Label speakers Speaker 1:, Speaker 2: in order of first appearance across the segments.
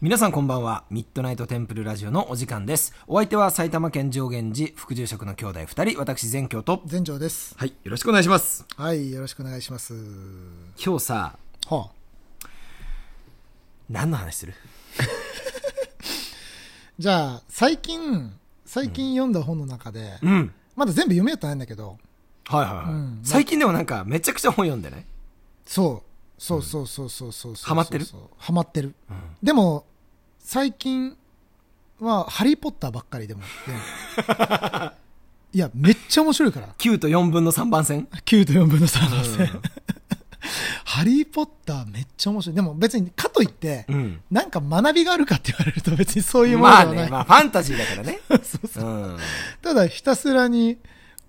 Speaker 1: 皆さんこんばんは。ミッドナイトテンプルラジオのお時間です。お相手は埼玉県上元寺副住職の兄弟二人、私善教と。
Speaker 2: 全長です。
Speaker 1: はい、よろしくお願いします。
Speaker 2: はい、よろしくお願いします。
Speaker 1: 今日さ、
Speaker 2: は
Speaker 1: 何の話する
Speaker 2: あ、じゃあ、最近、最近読んだ本の中で、
Speaker 1: うん。
Speaker 2: まだ全部読めやってないんだけど、
Speaker 1: はいはいはい。
Speaker 2: うん
Speaker 1: 最近でもなんかめちゃくちゃ本読んでない
Speaker 2: そう、そうそうそうそうそうそう。
Speaker 1: ハマってる
Speaker 2: ハマってる。でも、最近は、ハリーポッターばっかりでも読んでる。 いや、めっちゃ面白いから。
Speaker 1: ?9 と4分の3番線
Speaker 2: 9と4分の3なんですね ハリーポッターめっちゃ面白い。でも別に、かといって、
Speaker 1: うん。
Speaker 2: なんか学びがあるかって言われると別にそういうもの
Speaker 1: ま
Speaker 2: では
Speaker 1: あ
Speaker 2: ない。
Speaker 1: ね、まあファンタジーだからね。
Speaker 2: そうそう
Speaker 1: うん。
Speaker 2: ただひたすらに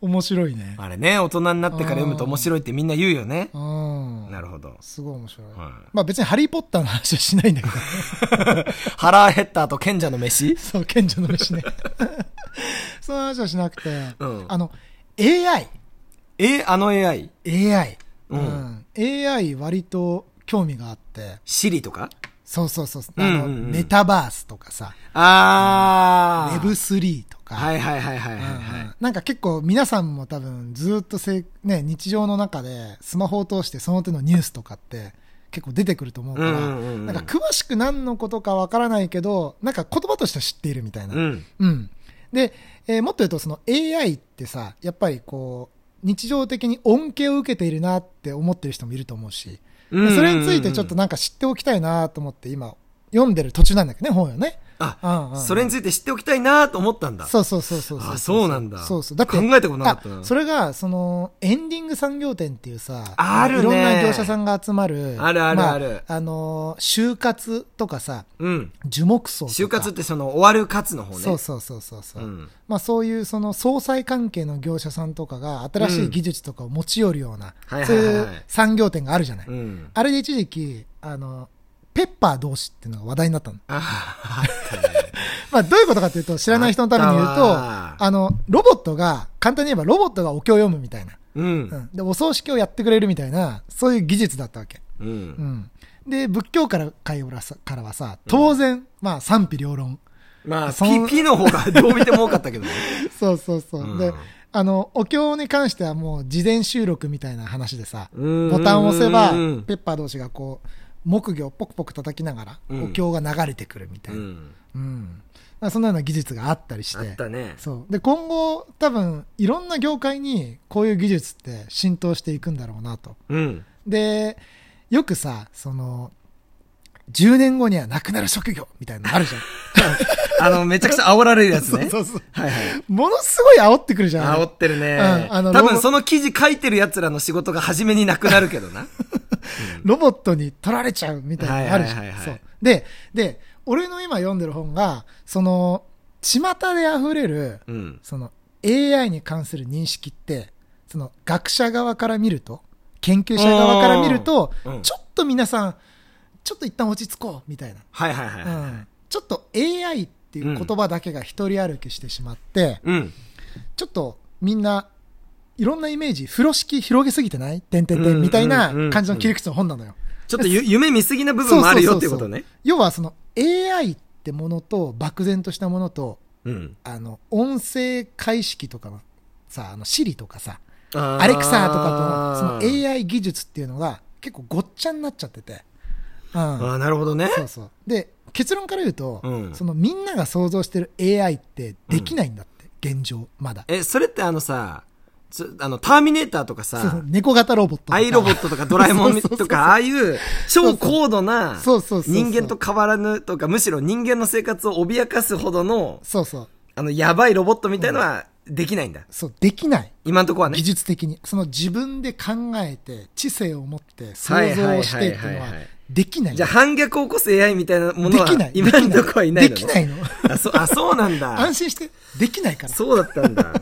Speaker 2: 面白いね。
Speaker 1: あれね、大人になってから読むと面白いってみんな言うよね。
Speaker 2: うん。
Speaker 1: なるほど。
Speaker 2: すごい面白い。
Speaker 1: はい
Speaker 2: まあ別にハリーポッターの話はしないんだ けど。
Speaker 1: 腹減った後賢者の飯
Speaker 2: そう、賢者の飯 ね。その話はしなくて。
Speaker 1: うん
Speaker 2: あの、AI。
Speaker 1: え、あの AI?
Speaker 2: AI。
Speaker 1: う
Speaker 2: AI 割と興味があって。
Speaker 1: シリとか
Speaker 2: そうそうそう。あの、
Speaker 1: うんうんうん
Speaker 2: メタバースとかさ、
Speaker 1: あー。
Speaker 2: Web3 とか。
Speaker 1: はいはいはいはいはい
Speaker 2: うん
Speaker 1: はい。
Speaker 2: うんなんか結構皆さんも多分ずっとせい、ね、日常の中でスマホを通してその手のニュースとかって結構出てくると思うから、
Speaker 1: うんうんうん
Speaker 2: なんか詳しく何のことかわからないけどなんか言葉としては知っているみたいな。
Speaker 1: うん。
Speaker 2: うんで、えーもっと言うとその AI ってさやっぱりこう日常的に恩恵を受けているなって思ってる人もいると思うし、
Speaker 1: うんうんうんうん
Speaker 2: それについてちょっとなんか知っておきたいなと思って今読んでる途中なんだけどね本よね。うんうん
Speaker 1: あ
Speaker 2: う、ん
Speaker 1: それについて知っておきたいなと思ったんだ。
Speaker 2: そうそうそうそう
Speaker 1: あそうなんだ
Speaker 2: そうそう。だって。
Speaker 1: 考えたことなかったな
Speaker 2: あそれが、その、エンディング産業展っていうさ、
Speaker 1: あるね
Speaker 2: いろんな業者さんが集まる。
Speaker 1: あるある
Speaker 2: ま
Speaker 1: ある
Speaker 2: あのー、就活とかさ、
Speaker 1: うん。
Speaker 2: 樹木葬とか。
Speaker 1: 就活ってその終わる活の方ね。
Speaker 2: そうそうそうそうそう。
Speaker 1: うん
Speaker 2: まあそういうその総裁関係の業者さんとかが新しい技術とかを持ち寄るような、
Speaker 1: うん
Speaker 2: そう
Speaker 1: はい
Speaker 2: い
Speaker 1: は
Speaker 2: う
Speaker 1: いはい
Speaker 2: 産業展があるじゃない。
Speaker 1: うん。
Speaker 2: あれで一時期、あの、ペッパー同士っていうのが話題になったの。
Speaker 1: あ
Speaker 2: まあ、どういうことかというと、知らない人のために言う
Speaker 1: あっ
Speaker 2: と、
Speaker 1: たわ
Speaker 2: あの、ロボットが、簡単に言えばロボットがお経を読むみたいな。
Speaker 1: ーう。
Speaker 2: うんん。で、お葬式をやってくれるみたいな、そういう技術だったわけ。
Speaker 1: う。
Speaker 2: うんん。で、仏教から、界からさからはさ、当然、まあ、賛否両論。
Speaker 1: まあ、
Speaker 2: その
Speaker 1: P の方がどう見ても多かったけどね。
Speaker 2: そうそうそう。
Speaker 1: うん
Speaker 2: で、あの、お経に関してはもう、事前収録みたいな話でさ、
Speaker 1: うん
Speaker 2: ボタンを押せば
Speaker 1: うん、
Speaker 2: ペッパー同士がこう、木魚をポクポク叩きながら、
Speaker 1: うん
Speaker 2: お経が流れてくるみた
Speaker 1: う
Speaker 2: いな。
Speaker 1: ん。
Speaker 2: うん。まあそんなような技術があったりして。
Speaker 1: あったね。
Speaker 2: そう。で、今後、多分、いろんな業界に、こういう技術って浸透していくんだろうなと。
Speaker 1: うん。
Speaker 2: で、よくさ、その、10年後にはなくなる職業みたいなのあるじゃん。
Speaker 1: あの、めちゃくちゃ煽られるやつね。
Speaker 2: そうそうそう
Speaker 1: はいはい。
Speaker 2: ものすごい煽ってくるじゃん。あれ
Speaker 1: 煽ってるね。
Speaker 2: うんあの
Speaker 1: 多
Speaker 2: ロ
Speaker 1: 分
Speaker 2: ボ
Speaker 1: その記事書いてる奴らの仕事が初めになくなるけどな。
Speaker 2: ロボットに取られちゃうみたいなのあるじゃん。
Speaker 1: はいはいはい
Speaker 2: そ。
Speaker 1: はいう
Speaker 2: で、で、俺の今読んでる本が、その、巷で溢れる、
Speaker 1: うん。
Speaker 2: その AI に関する認識って、その学者側から見ると、研究者側から見ると、
Speaker 1: うん
Speaker 2: ちょっと皆さん、ちょっと一旦落ち着こう、みたいな。
Speaker 1: はいはいはいうはい。
Speaker 2: ん、ちょっと AI っていう言葉だけが一人歩きしてしまって、
Speaker 1: うん。
Speaker 2: ちょっとみんないろんなイメージ、風呂敷広げすぎてないてんてんてんみたいな感じの切り口の本なのよ。
Speaker 1: ちょっとゆ夢見すぎな部分もあるよっていうことね。
Speaker 2: 要はその AI ってものと漠然としたものと、
Speaker 1: うん。
Speaker 2: あの、音声解析とかのさ、あの、Siri とかさ、
Speaker 1: あー
Speaker 2: アレクサとかと、その AI 技術っていうのが結構ごっちゃになっちゃってて。うん。
Speaker 1: あーなるほどね。
Speaker 2: そうそう。で、結論から言うと、
Speaker 1: うん
Speaker 2: そのみんなが想像してる AI ってできないんだって、現状、まだ。
Speaker 1: え、それってあのさ、つあの、ターミネーターとか
Speaker 2: そうそう
Speaker 1: さ、
Speaker 2: 猫型ロボットとか。
Speaker 1: アイロボットとかドラえもん
Speaker 2: そうそうそ
Speaker 1: と
Speaker 2: う
Speaker 1: か、ああいう超高度な
Speaker 2: そうそうそうそう
Speaker 1: 人間と変わらぬとか、むしろ人間の生活を脅かすほどの、
Speaker 2: そうそう。
Speaker 1: あの、やばいロボットみたいのはできないんだ。
Speaker 2: そう、できない。
Speaker 1: 今んとこはね
Speaker 2: 技。術的に。その自分で考えて、知性を持って、想像をしてっていうの
Speaker 1: はいはいはい
Speaker 2: は
Speaker 1: はいはい、
Speaker 2: できない。
Speaker 1: じゃあ反逆を起こす AI みたいなものは
Speaker 2: できない、
Speaker 1: 今んとこはいないのね
Speaker 2: できないの。
Speaker 1: あ、そ、あ、そうなんだ
Speaker 2: 安。心して、できないから。
Speaker 1: そうだったん だ。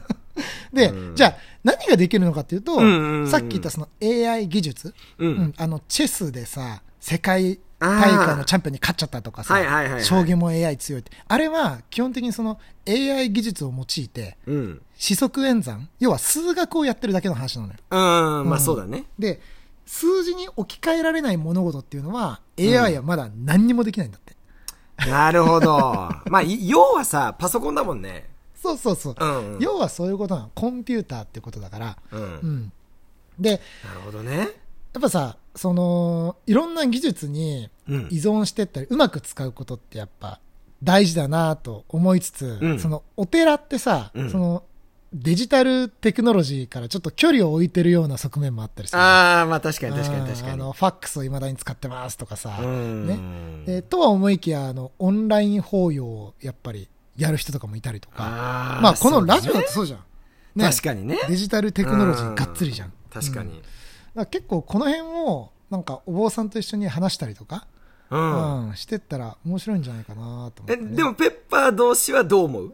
Speaker 2: で、じゃあ、何ができるのかっていうと、
Speaker 1: んうんうん
Speaker 2: さっき言ったその AI 技術、
Speaker 1: うん
Speaker 2: あの、チェスでさ、世界大会のチャンピオンに勝っちゃったとかさ、
Speaker 1: はいはいはいはい
Speaker 2: 将棋も AI 強いって、あれは基本的にその AI 技術を用いて、
Speaker 1: うん。
Speaker 2: 四則演算、要は数学をやってるだけの話なのよ。
Speaker 1: うん、まあそうだね。
Speaker 2: で、数字に置き換えられない物事っていうのは、AI はまだ何にもできないんだって。
Speaker 1: なるほど。 まあ、い要はさ、パソコンだもんね。
Speaker 2: そうそうそう。
Speaker 1: うんうん
Speaker 2: 要はそういうことなの。コンピューターってことだから。
Speaker 1: うん。
Speaker 2: うん。で、
Speaker 1: なるほどね。
Speaker 2: やっぱさ、その、いろんな技術に
Speaker 1: うん
Speaker 2: 依。存してったり、うまく使うことってやっぱ大事だなと思いつつ、
Speaker 1: うん
Speaker 2: そのお寺ってさ、
Speaker 1: うん
Speaker 2: そのデジタルテクノロジーからちょっと距離を置いてるような側面もあったりする。
Speaker 1: ああ、まあ確かに確かに確
Speaker 2: うん
Speaker 1: か
Speaker 2: あ
Speaker 1: に。
Speaker 2: の、ファックスを未だに使ってますとかさ、
Speaker 1: うん。
Speaker 2: えーとは思いきや、あの、オンライン法要をやっぱりやる人とかもいたりとか、
Speaker 1: あー
Speaker 2: まあこのラジオ
Speaker 1: そ
Speaker 2: だ
Speaker 1: う
Speaker 2: っ
Speaker 1: ね
Speaker 2: てそうじゃん。
Speaker 1: 確かにね。
Speaker 2: デジタルテクノロジーがっつりじゃん。
Speaker 1: 確か
Speaker 2: うん
Speaker 1: に。
Speaker 2: だから結構この辺を、なんかお坊さんと一緒に話したりとか、
Speaker 1: うん。
Speaker 2: うん、してったら面白いんじゃないかなと思
Speaker 1: え、
Speaker 2: ってね、
Speaker 1: でもペッパー同士はどう思 う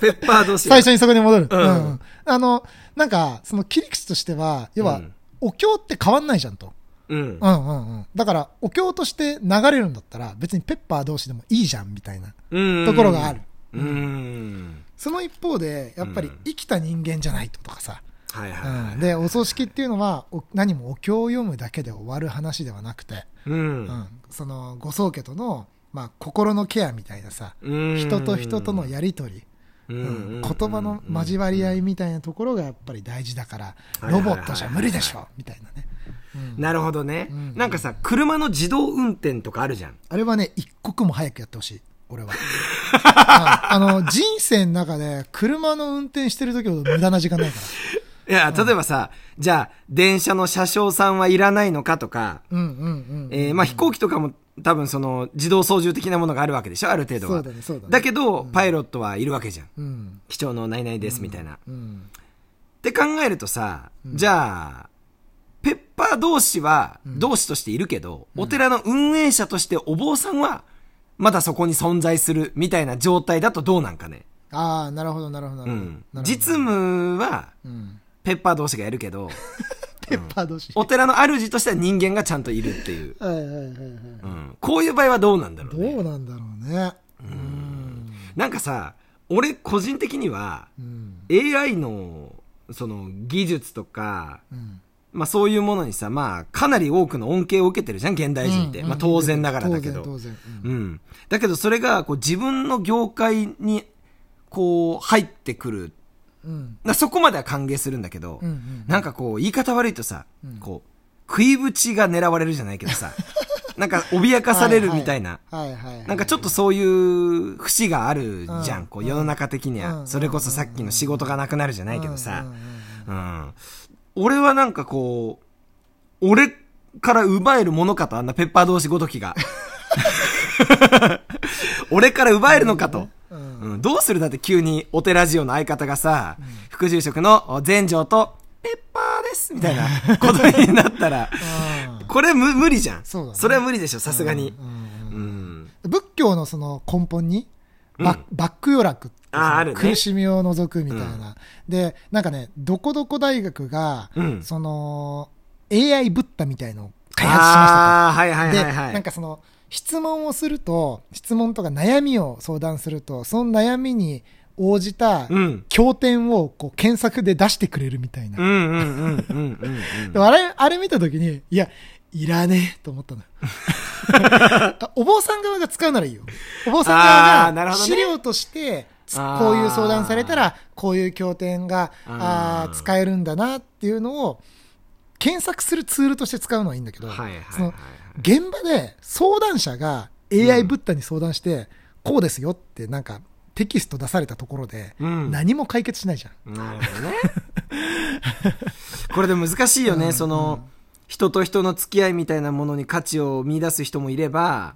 Speaker 1: ペッパー同士は
Speaker 2: 最初にそこに戻る。
Speaker 1: う
Speaker 2: うんん。あの、なんか、その切り口としては、要
Speaker 1: う
Speaker 2: は
Speaker 1: ん、
Speaker 2: お経って変わんないじゃんと。
Speaker 1: うん
Speaker 2: う。んうんうん。だから、お経として流れるんだったら、別にペッパー同士でもいいじゃん、みたいな
Speaker 1: うん
Speaker 2: ところがある。。
Speaker 1: うん。
Speaker 2: その一方で、やっぱ
Speaker 1: う
Speaker 2: り
Speaker 1: ん
Speaker 2: 生きた人間じゃないととかさ。
Speaker 1: はいはいは
Speaker 2: う
Speaker 1: い。
Speaker 2: ん。で、お葬式っていうのは、お何もお経を読むだけで終わる話ではなくて、
Speaker 1: う。
Speaker 2: うんん。その、ご宗家との、まあ、心のケアみたいなさ、
Speaker 1: うん
Speaker 2: 人と人とのやりとり、
Speaker 1: う
Speaker 2: うん
Speaker 1: ん
Speaker 2: 言葉の交わり合いみたいなところがやっぱり大事だから、
Speaker 1: うん
Speaker 2: ロボットじゃ無理でしょみたいなね。
Speaker 1: なるほどね
Speaker 2: ん。
Speaker 1: なんかさ、車の自動運転とかあるじゃん。
Speaker 2: あれはね、一刻も早くやってほしい。俺は。ああの、人生の中で車の運転してる時ほど無駄な時間ないか
Speaker 1: いや、例えばさ、じゃあ、電車の車掌さんはいらないのかとか、
Speaker 2: ら。うんうんうん。
Speaker 1: えーまあ飛行機とかも多分その自動操縦的なものがあるわけでしょある程度は。
Speaker 2: そうだねそうだね
Speaker 1: けど、パイロットはいるわけじゃん。
Speaker 2: うん
Speaker 1: 機長の何々ですみたいな。
Speaker 2: う
Speaker 1: っ
Speaker 2: ん。
Speaker 1: て考えるとさ、じゃあ、ペッパー同士は同士としているけど、お寺の運営者としてお坊さんはまだそこに存在するみたいな状態だとどうなんかね。
Speaker 2: ああ、なるほどなるほどな
Speaker 1: う
Speaker 2: るほど。
Speaker 1: ん
Speaker 2: なるほど。
Speaker 1: 実務は
Speaker 2: うん。
Speaker 1: ペッパー同士がやるけ ど、
Speaker 2: ペッパー同士。
Speaker 1: お寺の主としては人間がちゃんといるっていう。
Speaker 2: はいはいはいはい。
Speaker 1: うん、こういう場合はどうなんだろうね。
Speaker 2: どうなんだろうね。うん。
Speaker 1: なんかさ、俺個人的には、
Speaker 2: うん。
Speaker 1: AI の、その、技術とか、
Speaker 2: うん。
Speaker 1: まあそういうものにさ、まあかなり多くの恩恵を受けてるじゃん、現代人って。
Speaker 2: うん
Speaker 1: まあ当然ながらだけ
Speaker 2: 当
Speaker 1: ど。
Speaker 2: 然当然。うん
Speaker 1: うん。だけどそれが、こう自分の業界に、こう、入ってくる。
Speaker 2: うん。
Speaker 1: なそこまでは歓迎するんだけど、
Speaker 2: うんうん
Speaker 1: なんかこう、言い方悪いとさ、こう、食いぶちが狙われるじゃないけど さ、なんか脅かされるみたいな。
Speaker 2: はいはいはい。
Speaker 1: なんかちょっとそういう節があるじゃ。
Speaker 2: うんん
Speaker 1: こう世の中的に
Speaker 2: う
Speaker 1: は。
Speaker 2: ん
Speaker 1: それこそさっきの仕事がなくなるじゃないけど
Speaker 2: うんう
Speaker 1: さ
Speaker 2: んう
Speaker 1: う
Speaker 2: ん。
Speaker 1: ん。俺はなんかこう、俺から奪えるものかと、あんなペッパー同士ごときが。 俺から奪えるのかと。
Speaker 2: うん
Speaker 1: うんどうするだって急にお寺ジオの相方がさ、副住職の全城と、ペッパーですみたい なことになったら、
Speaker 2: あ
Speaker 1: これむ無理じゃん。
Speaker 2: そうだね
Speaker 1: それは無理でしょ、さすがに
Speaker 2: ー。うん
Speaker 1: うん。
Speaker 2: 仏教のその根本に、バッバック余楽って
Speaker 1: あーあるね
Speaker 2: 苦しみを除くみたいな。で、なんかね、どこどこ大学が
Speaker 1: うん、
Speaker 2: その、AI ブッダみたいのを開発し
Speaker 1: あ
Speaker 2: ま
Speaker 1: あー、はいはい
Speaker 2: し
Speaker 1: は
Speaker 2: た
Speaker 1: い
Speaker 2: と。
Speaker 1: は
Speaker 2: で、
Speaker 1: い。
Speaker 2: なんかその、質問をすると、質問とか悩みを相談すると、その悩みに応じた
Speaker 1: うん。
Speaker 2: 経典をこう検索で出してくれるみたいな
Speaker 1: う。んうんうんうんうんうん。
Speaker 2: でもあれ、あれ見たときに、いや、いらねえと思 ったのよ。あお坊さん側が使うならいいよ。お坊さん
Speaker 1: あーな
Speaker 2: 側
Speaker 1: る
Speaker 2: が
Speaker 1: ほどね
Speaker 2: 資料として、つ
Speaker 1: あー
Speaker 2: こういう相談されたら、こういう経典があ
Speaker 1: う
Speaker 2: ー
Speaker 1: ん
Speaker 2: 使えるんだなっていうのを、検索するツールとして使うのはいいんだ けど、
Speaker 1: はいはい
Speaker 2: そ
Speaker 1: はい
Speaker 2: の。現場で相談者が AI ブッダに相談して、こうですよってなんかテキスト出されたところで、
Speaker 1: うん
Speaker 2: 何も解決しないじゃん。
Speaker 1: なるほどね。 これで難しいよね、その、人と人の付き合いみたいなものに価値を見出す人もいれば、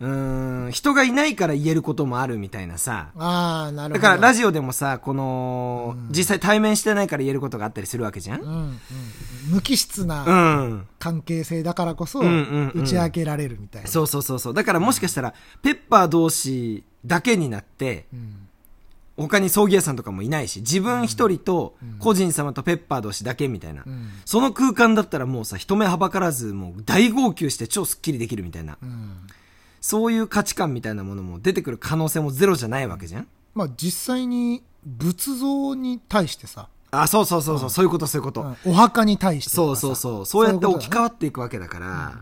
Speaker 1: うーん、人がいないから言えることもあるみたいなさ。
Speaker 2: ああ、なる
Speaker 1: だ
Speaker 2: ほど。
Speaker 1: からラジオでもさ、この、実際対面してないから言えることがあったりするわけじゃん
Speaker 2: うんうん無機質な、
Speaker 1: うん。
Speaker 2: 関係性だからこそ
Speaker 1: うんうんうん
Speaker 2: 打ち明けられるみたいな、
Speaker 1: そうそうそうそう。だからもしかしたら、ペッパー同士だけになって、
Speaker 2: ん
Speaker 1: 他に葬儀屋さんとかもいないし、自分一人と、個人様とペッパー同士だけみたいな、
Speaker 2: ん
Speaker 1: その空間だったらもうさ、人目はばからず、もう大号泣して超スッキリできるみたいな、
Speaker 2: うん
Speaker 1: そういう価値観みたいなものも出てくる可能性もゼロじゃないわけじゃん
Speaker 2: まあ実際に仏像に対してさ、
Speaker 1: あ、そうそうそうそう、そういうことそういうこと。
Speaker 2: うんお墓に対してと
Speaker 1: そ
Speaker 2: か
Speaker 1: う
Speaker 2: さ
Speaker 1: そうそう。そうやって置き換
Speaker 2: わ
Speaker 1: わっていくわけだから、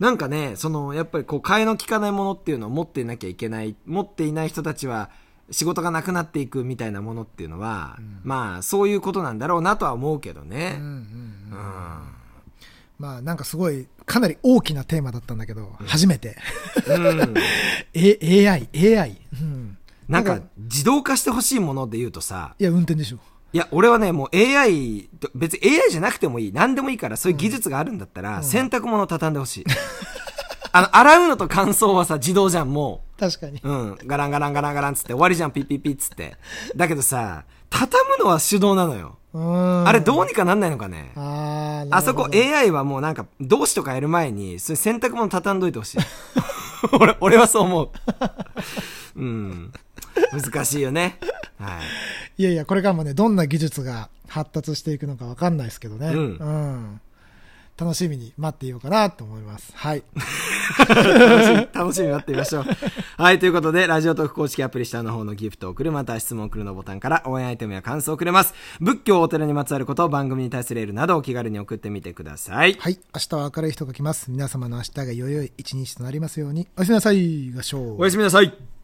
Speaker 1: なんかね、その、やっぱりこう、替えの利かないものっていうのを持っていなきゃいけない、持っていない人たちは、仕事がなくなっていくみたいなものっていうのは、まあ、そういうことなんだろうなとは思うけどね。うん
Speaker 2: まあなんかすごい、かなり大きなテーマだったんだけど、初めて。
Speaker 1: うん。
Speaker 2: A、AI、AI。うん。
Speaker 1: なんか、自動化してほしいもので言うとさ、
Speaker 2: いや、運転でしょ。
Speaker 1: いや、俺はね、もう AI と、別に AI じゃなくてもいい。何でもいいから、そういう技術があるんだったら、洗濯物畳んでほしい。 あの、洗うのと乾燥はさ、自動じゃん、も
Speaker 2: 確かに。
Speaker 1: う。うん。ガランガランガランガランつって終わりじゃん、ピッピッピッつって。だけどさ、畳むのは手動なのよ。
Speaker 2: うん。
Speaker 1: あれどうにかなんないのかね。
Speaker 2: あーな
Speaker 1: あ
Speaker 2: る
Speaker 1: そ
Speaker 2: ほど
Speaker 1: こ AI はもうなんか、動詞とかやる前に、それ洗濯物畳んどいてほしい。 俺、俺はそう思 う。うん。難しいよね。はい。
Speaker 2: いやいや、これからもね、どんな技術が発達していくのかわかんないですけどね。
Speaker 1: うん
Speaker 2: うん楽しみに待っていようかなと思います。 はい。
Speaker 1: 楽しみ、楽しみに待ってみましょう。はい、ということで、ラジオトーク公式アプリ下の方のギフトを送る、または質問を送るのボタンから応援アイテムや感想をくれます。仏教、お寺にまつわること、番組に対するエールなどお気軽に送ってみてください。
Speaker 2: はい。明日は明るい人が来ます。皆様の明日がよいよい一日となりますように。おやすみなさい。合唱。
Speaker 1: おやすみなさい。